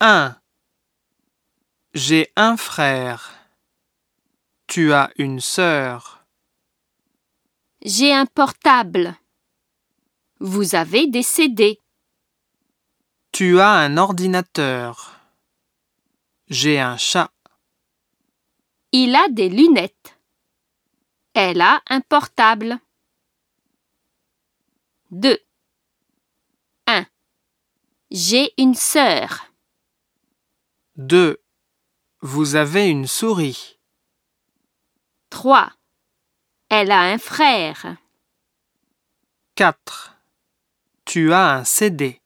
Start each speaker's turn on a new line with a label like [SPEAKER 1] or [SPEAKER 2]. [SPEAKER 1] 1. J'ai un frère. Tu as une sœur.
[SPEAKER 2] J'ai un portable. Vous avez des CD.
[SPEAKER 1] Tu as un ordinateur. J'ai un chat.
[SPEAKER 2] Il a des lunettes. Elle a un portable. 2. 1. J'ai une sœur.
[SPEAKER 1] 2. Vous avez une souris.
[SPEAKER 2] 3. Elle a un frère.
[SPEAKER 1] 4. Tu as un CD.